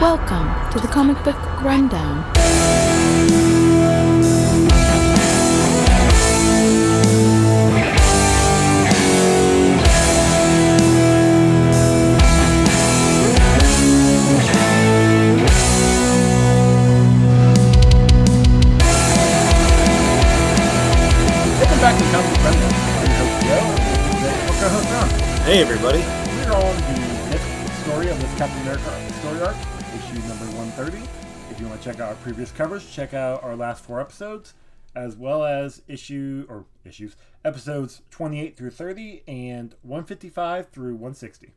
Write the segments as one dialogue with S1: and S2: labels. S1: Welcome to the Comic Book Rundown.
S2: Welcome back to Comic Book Rundown. I'm your host, Joe. and this is Hook Hook Hook.
S3: Hey everybody!
S2: We're on the next story of this Captain America arc- story arc, issue number 130. If you want to check out our previous covers, check out our last four episodes, as well as issue or issues episodes 28 through 30 and 155 through 160.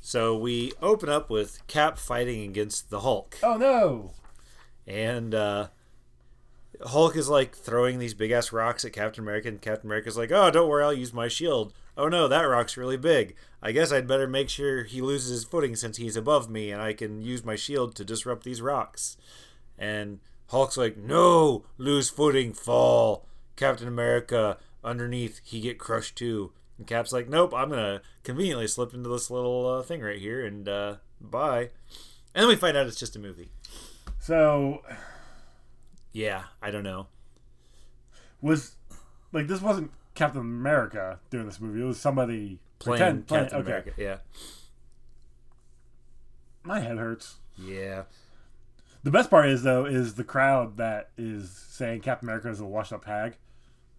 S3: So we open up with Cap fighting against the Hulk,
S2: Oh no!
S3: and uh, Hulk is like throwing these big ass rocks at Captain America, and Captain America's like, "Oh, don't worry, I'll use my shield." Oh no, that rock's really big. I guess I'd better make sure he loses his footing since he's above me, and I can use my shield to disrupt these rocks. And Hulk's like, "No, lose footing, fall." Captain America underneath, he get crushed too. And Cap's like, "Nope, I'm gonna conveniently slip into this little uh, thing right here, and uh, bye." And then we find out it's just a movie.
S2: So,
S3: Yeah, I don't know.
S2: was like this wasn't Captain America doing this movie, it was somebody
S3: playing
S2: pretend- playing-
S3: Captain
S2: okay.
S3: America. Yeah,
S2: My head hurts.
S3: yeah,
S2: The best part is though is the crowd that is saying Captain America is a washed up hag.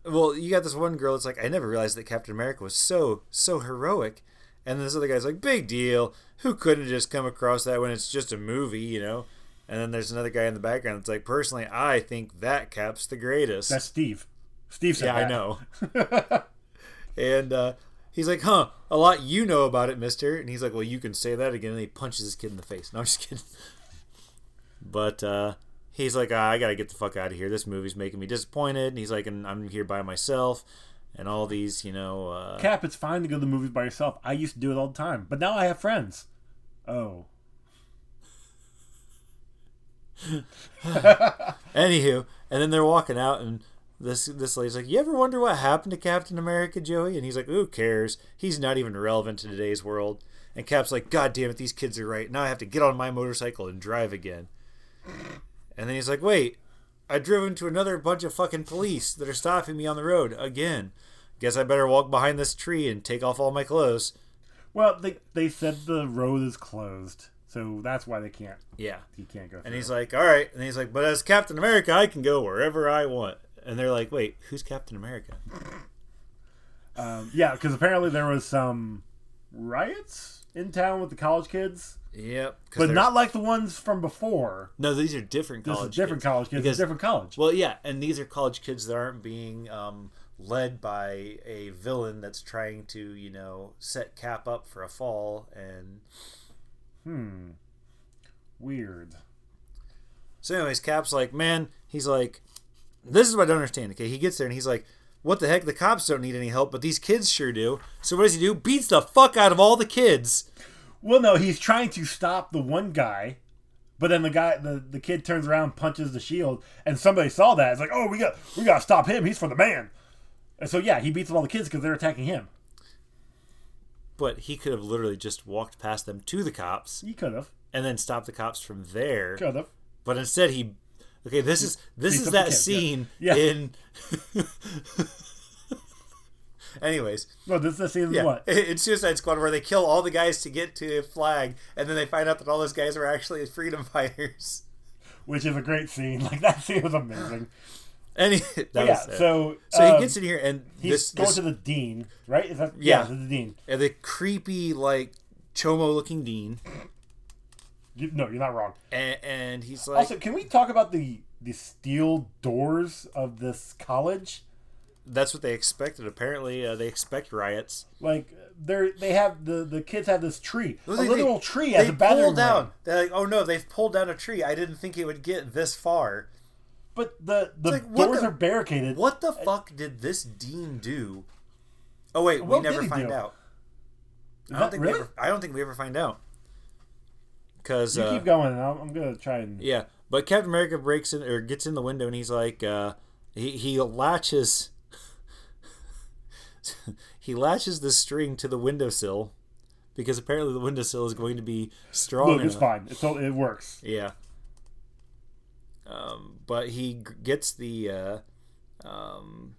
S3: Well, you got this one girl. It's like I never realized that Captain America was so so heroic, and this other guy's like, big deal. Who couldn't have just come across that when it's just a movie, you know? And then there's another guy in the background. that's like, personally, I think that Cap's the greatest.
S2: That's Steve. Steve said
S3: yeah, I
S2: that.
S3: know. and uh, he's like, huh, a lot you know about it, mister. And he's like, well, you can say that again. And he punches his kid in the face. No, I'm just kidding. But uh, he's like, ah, I got to get the fuck out of here. This movie's making me disappointed. And he's like, and I'm here by myself. And all these, you know. Uh,
S2: Cap, it's fine to go to the movies by yourself. I used to do it all the time, but now I have friends. Oh,
S3: Anywho, and then they're walking out, and this this lady's like, "You ever wonder what happened to Captain America, Joey?" And he's like, "Who cares? He's not even relevant to today's world." And Cap's like, "God damn it, these kids are right. Now I have to get on my motorcycle and drive again." And then he's like, "Wait, I drove into another bunch of fucking police that are stopping me on the road again. Guess I better walk behind this tree and take off all my clothes."
S2: well, they they said the road is closed, so that's why they can't
S3: Yeah.
S2: he can't go. Through.
S3: And he's like, "All right." And he's like, "But as Captain America, I can go wherever I want." And they're like, "Wait, who's Captain America?"
S2: um, yeah, because apparently there was some riots in town with the college kids,
S3: Yep. 'cause
S2: but
S3: they're-
S2: not like the ones from before.
S3: No, these are different
S2: This
S3: college.
S2: is different
S3: kids.
S2: college kids.
S3: Because-
S2: It's a different college.
S3: Well, yeah, and these are college kids that aren't being um, led by a villain that's trying to, you know, set Cap up for a fall. And
S2: Hmm. Weird.
S3: so, anyways, Cap's like, man, he's like, this is what I don't understand. Okay, he gets there and he's like, what the heck? The cops don't need any help, but these kids sure do. So what does he do? Beats the fuck out of all the kids.
S2: Well, no, he's trying to stop the one guy, but then the guy, the, the kid turns around, punches the shield, and somebody saw that. It's like, oh, we got we got to stop him. He's for the man. And so yeah, he beats up all the kids because they're attacking him.
S3: But he could have literally just walked past them to the cops
S2: He could have,
S3: and then stopped the cops from there.
S2: could have.
S3: But instead, he okay. This is this
S2: Beats
S3: is
S2: up the
S3: that
S2: kids, yeah.
S3: scene
S2: Yeah.
S3: in. Anyways,
S2: No, this this is
S3: yeah,
S2: what.
S3: in Suicide Squad, where they kill all the guys to get to a flag, and then they find out that all those guys are actually freedom fighters.
S2: Which is a great scene. Like that scene was amazing.
S3: Any that
S2: But
S3: was
S2: yeah.
S3: it.
S2: So
S3: So
S2: um,
S3: he gets in here, and
S2: He's
S3: this,
S2: going
S3: this
S2: to the dean, right? Is that
S3: Yeah.
S2: yeah, to the dean?
S3: and the creepy like chomo looking dean,
S2: You, no, you're not wrong.
S3: and, and he's like,
S2: Also, can we talk about the the steel doors of this college?
S3: that's what they expected. Apparently, uh, they expect riots.
S2: Like they're they have the the kids have this tree, a
S3: they-
S2: literal tree as a
S3: They
S2: battering
S3: pulled down.
S2: ram.
S3: They're like, oh no, they've pulled down a tree. I didn't think it would get this far.
S2: But the the
S3: like, what
S2: doors
S3: the-
S2: are barricaded.
S3: What the fuck did this dean do? Oh wait,
S2: What
S3: we never
S2: did he
S3: find
S2: do?
S3: out. I
S2: Is
S3: don't
S2: that
S3: think
S2: really?
S3: we ever. I don't think we ever find out. Because
S2: you keep going. and I'm, I'm gonna try and
S3: yeah, but Captain America breaks in or gets in the window and he's like, uh, he he latches. he latches the string to the windowsill because apparently the windowsill is going to be strong.
S2: Look, it's
S3: enough.
S2: fine. It's all, it works.
S3: Yeah. Um, but he g- gets the uh, um,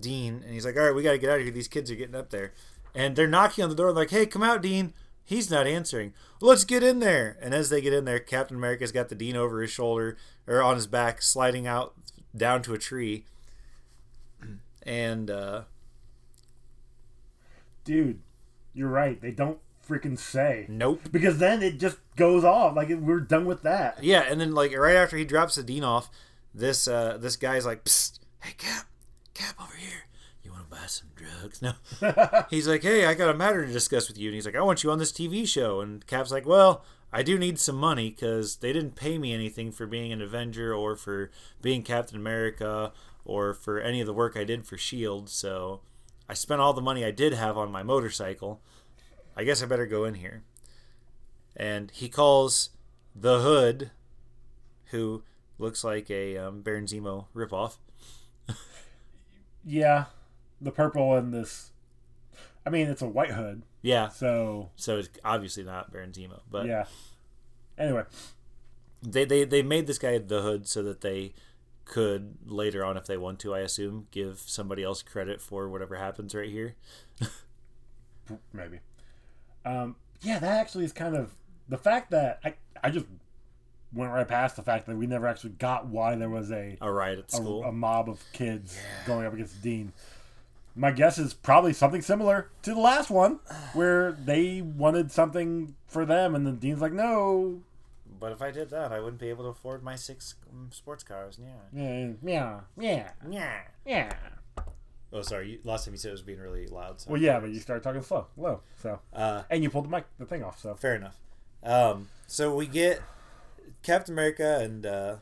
S3: dean, and he's like, "All right, we got to get out of here. These kids are getting up there." And they're knocking on the door, like, "Hey, come out, Dean." He's not answering. Let's get in there. And as they get in there, Captain America's got the dean over his shoulder or on his back, sliding out down to a tree. And uh,
S2: Dude, you're right. They don't freaking say.
S3: nope.
S2: Because then it just goes off. Like, we're done with that.
S3: Yeah, and then like right after he drops the dean off, this uh this guy's like, Psst, "Hey Cap, Cap over here. You want to buy some drugs?" No. he's like, "Hey, I got a matter to discuss with you." And he's like, "I want you on this TV show." And Cap's like, "Well, I do need some money cuz they didn't pay me anything for being an Avenger or for being Captain America or for any of the work I did for Shield, so I spent all the money I did have on my motorcycle. I guess I better go in here." And he calls the Hood, who looks like a um, Baron Zemo ripoff.
S2: Yeah. The purple and this. I mean, it's a white hood.
S3: Yeah,
S2: So,
S3: so it's obviously not Baron Zemo, but
S2: yeah. Anyway,
S3: they, they they made this guy the Hood so that they could later on, if they want to, I assume, give somebody else credit for whatever happens right here.
S2: maybe. Um, yeah, that actually is kind of the fact that I I just went right past the fact that we never actually got why there was a
S3: A riot at
S2: a,
S3: Oh, school.
S2: a mob of kids going up against Dean. My guess is probably something similar to the last one, where they wanted something for them, and then Dean's like, "No,
S3: but if I did that, I wouldn't be able to afford my six um, sports cars. Yeah.
S2: yeah, yeah, yeah,
S3: Yeah.
S2: yeah."
S3: Oh, sorry. You, last time you said it was being really loud. So
S2: Well, yeah, but you started talking slow, low, so,
S3: Uh,
S2: and you pulled the mic, the thing off, so
S3: fair enough. Um, so we get Captain America and uh,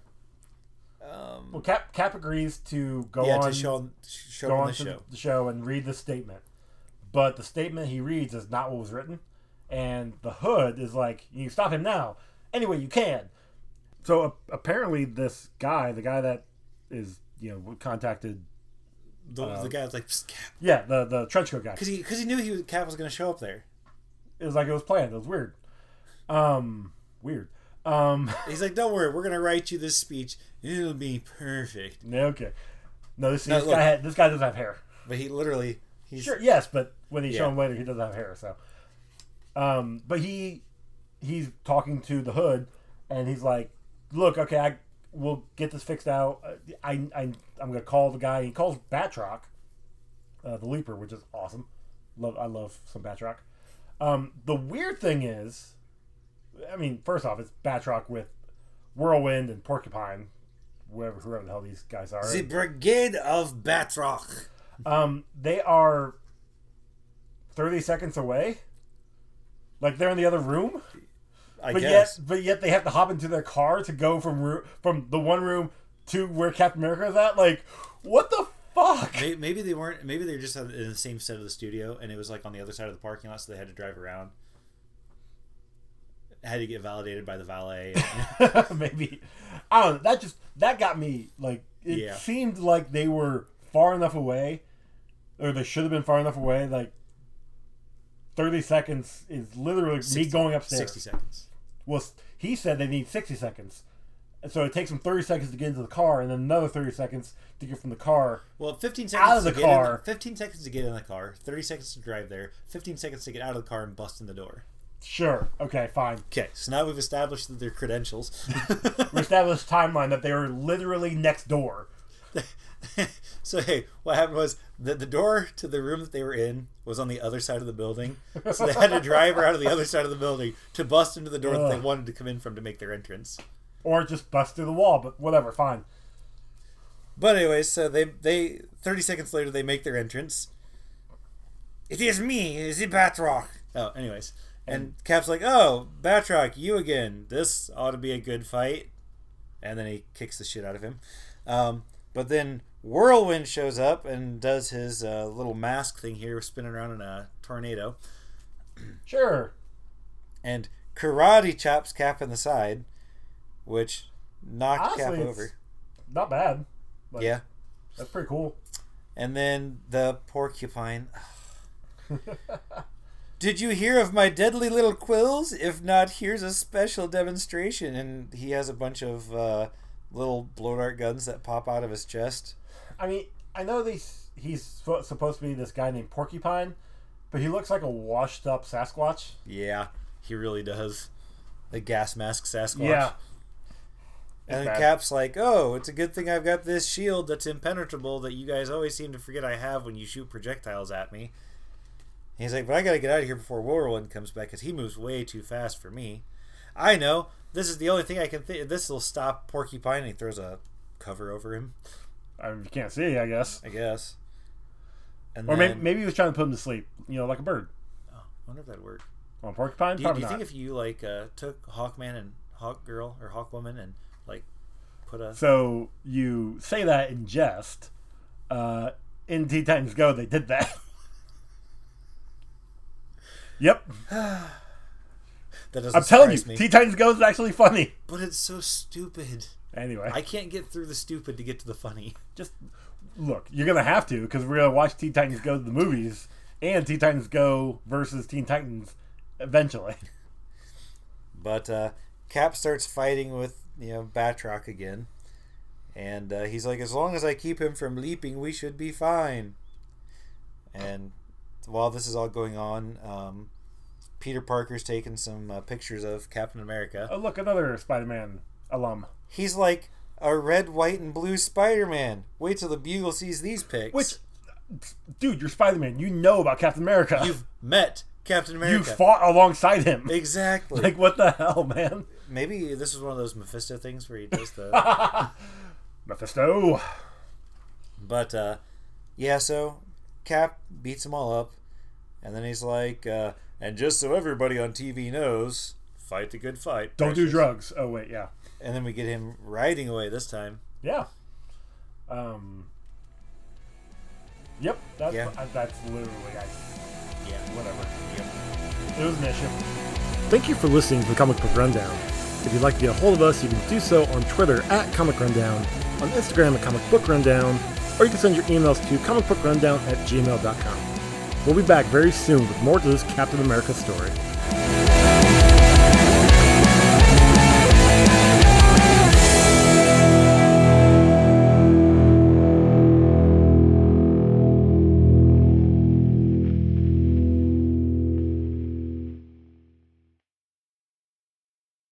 S3: um,
S2: well, Cap Cap agrees to go
S3: yeah,
S2: on
S3: to show on, show
S2: go
S3: on
S2: on
S3: the
S2: to
S3: show.
S2: the show and read the statement. But the statement he reads is not what was written. And the hood is like, you can stop him now. Anyway, you can. So a- apparently, this guy, the guy that is, you know, contacted,
S3: The, the guy was like, "Psst, Cap,"
S2: yeah, the, the trench coat guy,
S3: because he because he knew he was, Cap was going to show up there.
S2: it was like it was planned. It was weird. Um, weird. Um,
S3: He's like, "Don't worry, we're going to write you this speech. It'll be perfect."
S2: no, okay. No, this,
S3: No,
S2: this
S3: look.
S2: guy had, this guy doesn't have hair.
S3: But he literally, he's
S2: Sure, yes, but when he's
S3: Yeah.
S2: shown later, he doesn't have hair. So, um, but he he's talking to the hood, and he's like, "Look, okay, I we'll get this fixed out. Uh, I, I I'm gonna call the guy. He calls Batroc, uh, the Leaper, which is awesome. Love I love some Batroc. Um, the weird thing is, I mean, first off, it's Batroc with Whirlwind and Porcupine, whoever whoever the hell these guys are.
S3: the Brigade of Batroc.
S2: Um, they are thirty seconds away. Like they're in the other room,
S3: I
S2: but
S3: guess.
S2: yet, but yet they have to hop into their car to go from roo- from the one room to where Captain America is at. Like, what the fuck?
S3: May- Maybe they weren't. Maybe they were just on- in the same set of the studio, and it was like on the other side of the parking lot, so they had to drive around. Had to get validated by the valet.
S2: Maybe I don't. know. That just that got me. Like, it
S3: Yeah.
S2: seemed like they were far enough away, or they should have been far enough away. Like, thirty seconds is literally me going upstairs.
S3: Sixty seconds.
S2: Well, s- he said they need 60 seconds. And So it takes them 30 seconds to get into the car and then another 30 seconds to get from the car.
S3: Well, 15 seconds
S2: of
S3: to
S2: the
S3: get in
S2: car.
S3: 15 seconds to get in the car, 30 seconds to drive there, 15 seconds to get out of the car and bust in the door.
S2: Sure. Okay, fine.
S3: Okay, so now we've established that their credentials.
S2: We established timeline that they were literally next door.
S3: so hey, what happened was that the door to the room that they were in was on the other side of the building, so they had to drive around to the other side of the building to bust into the door that they
S2: Ugh.
S3: wanted to come in from to make their entrance.
S2: Or just bust through the wall, but whatever, fine.
S3: But anyway, so they they 30 seconds later they make their entrance. It is me, the Batroc. Oh, anyways. And Cap's like, "Oh, Batroc, you again. This ought to be a good fight." And then he kicks the shit out of him. Um, but then Whirlwind shows up and does his uh, little mask thing here, spinning around in a tornado,
S2: Sure.
S3: and karate chops Cap in the side, which knocked
S2: Honestly,
S3: Cap
S2: it's-
S3: over.
S2: Not bad. Like,
S3: Yeah.
S2: That's pretty cool.
S3: And then the porcupine. Did you hear of my deadly little quills? If not, here's a special demonstration. And he has a bunch of uh, little blow dart guns that pop out of his chest.
S2: I mean, I know they, s- he's sp- supposed to be this guy named Porcupine, but he looks like a washed up Sasquatch.
S3: Yeah, he really does. The gas mask Sasquatch.
S2: Yeah.
S3: And
S2: bad.
S3: Cap's like, oh, it's a good thing I've got this shield that's impenetrable that you guys always seem to forget I have when you shoot projectiles at me. He's like, but I gotta get out of here before Whirlwind comes back because he moves way too fast for me. I know. This is the only thing I can think. This will stop Porcupine. And he throws a cover over him,
S2: I mean, you can't see, I guess.
S3: I guess. And
S2: Or
S3: then,
S2: maybe, maybe he was trying to put him to sleep, you know, like a bird.
S3: Oh, I wonder if that worked.
S2: On porcupine,
S3: Do you, do
S2: probably
S3: you
S2: not.
S3: think if you like uh, took Hawkman and Hawk Girl or Hawk Woman and like put a
S2: so you say that in jest. Uh, in Teen Titans Go, they did that. yep,
S3: that doesn't
S2: I'm telling you,
S3: surprise me,
S2: Teen Titans Go is actually funny.
S3: but it's so stupid.
S2: Anyway,
S3: I can't get through the stupid to get to the funny.
S2: just look. You're gonna have to because we're gonna watch Teen Titans Go to the movies and Teen Titans Go versus Teen Titans eventually.
S3: But uh, Cap starts fighting with you know Batroc again, and uh, he's like, "As long as I keep him from leaping, we should be fine." And while this is all going on, um, Peter Parker's taking some uh, pictures of Captain America.
S2: Oh, look, another Spider-Man alum.
S3: He's like a red, white, and blue Spider-Man. Wait till the Bugle sees these pics.
S2: Which, dude, you're Spider-Man. You know about Captain America.
S3: you've met Captain America.
S2: you fought alongside him.
S3: exactly.
S2: Like what the hell, man?
S3: Maybe this is one of those Mephisto things where he does the.
S2: Mephisto.
S3: but uh, yeah, so Cap beats them all up, and then he's like, uh, "And just so everybody on TV knows, fight the good fight.
S2: Don't do
S3: precious."
S2: drugs. Oh wait, yeah,
S3: And then we get him riding away this time.
S2: yeah. Um. Yep. That's
S3: Yeah.
S2: uh, that's literally I,
S3: Yeah.
S2: whatever.
S3: Yep.
S2: It was an issue.
S4: Thank you for listening to the Comic Book Rundown. If you'd like to get a hold of us, you can do so on Twitter at Comic Rundown, on Instagram at Comic Book Rundown, or you can send your emails to comicbookrundown at gmail.com. We'll be back very soon with more to this Captain America story.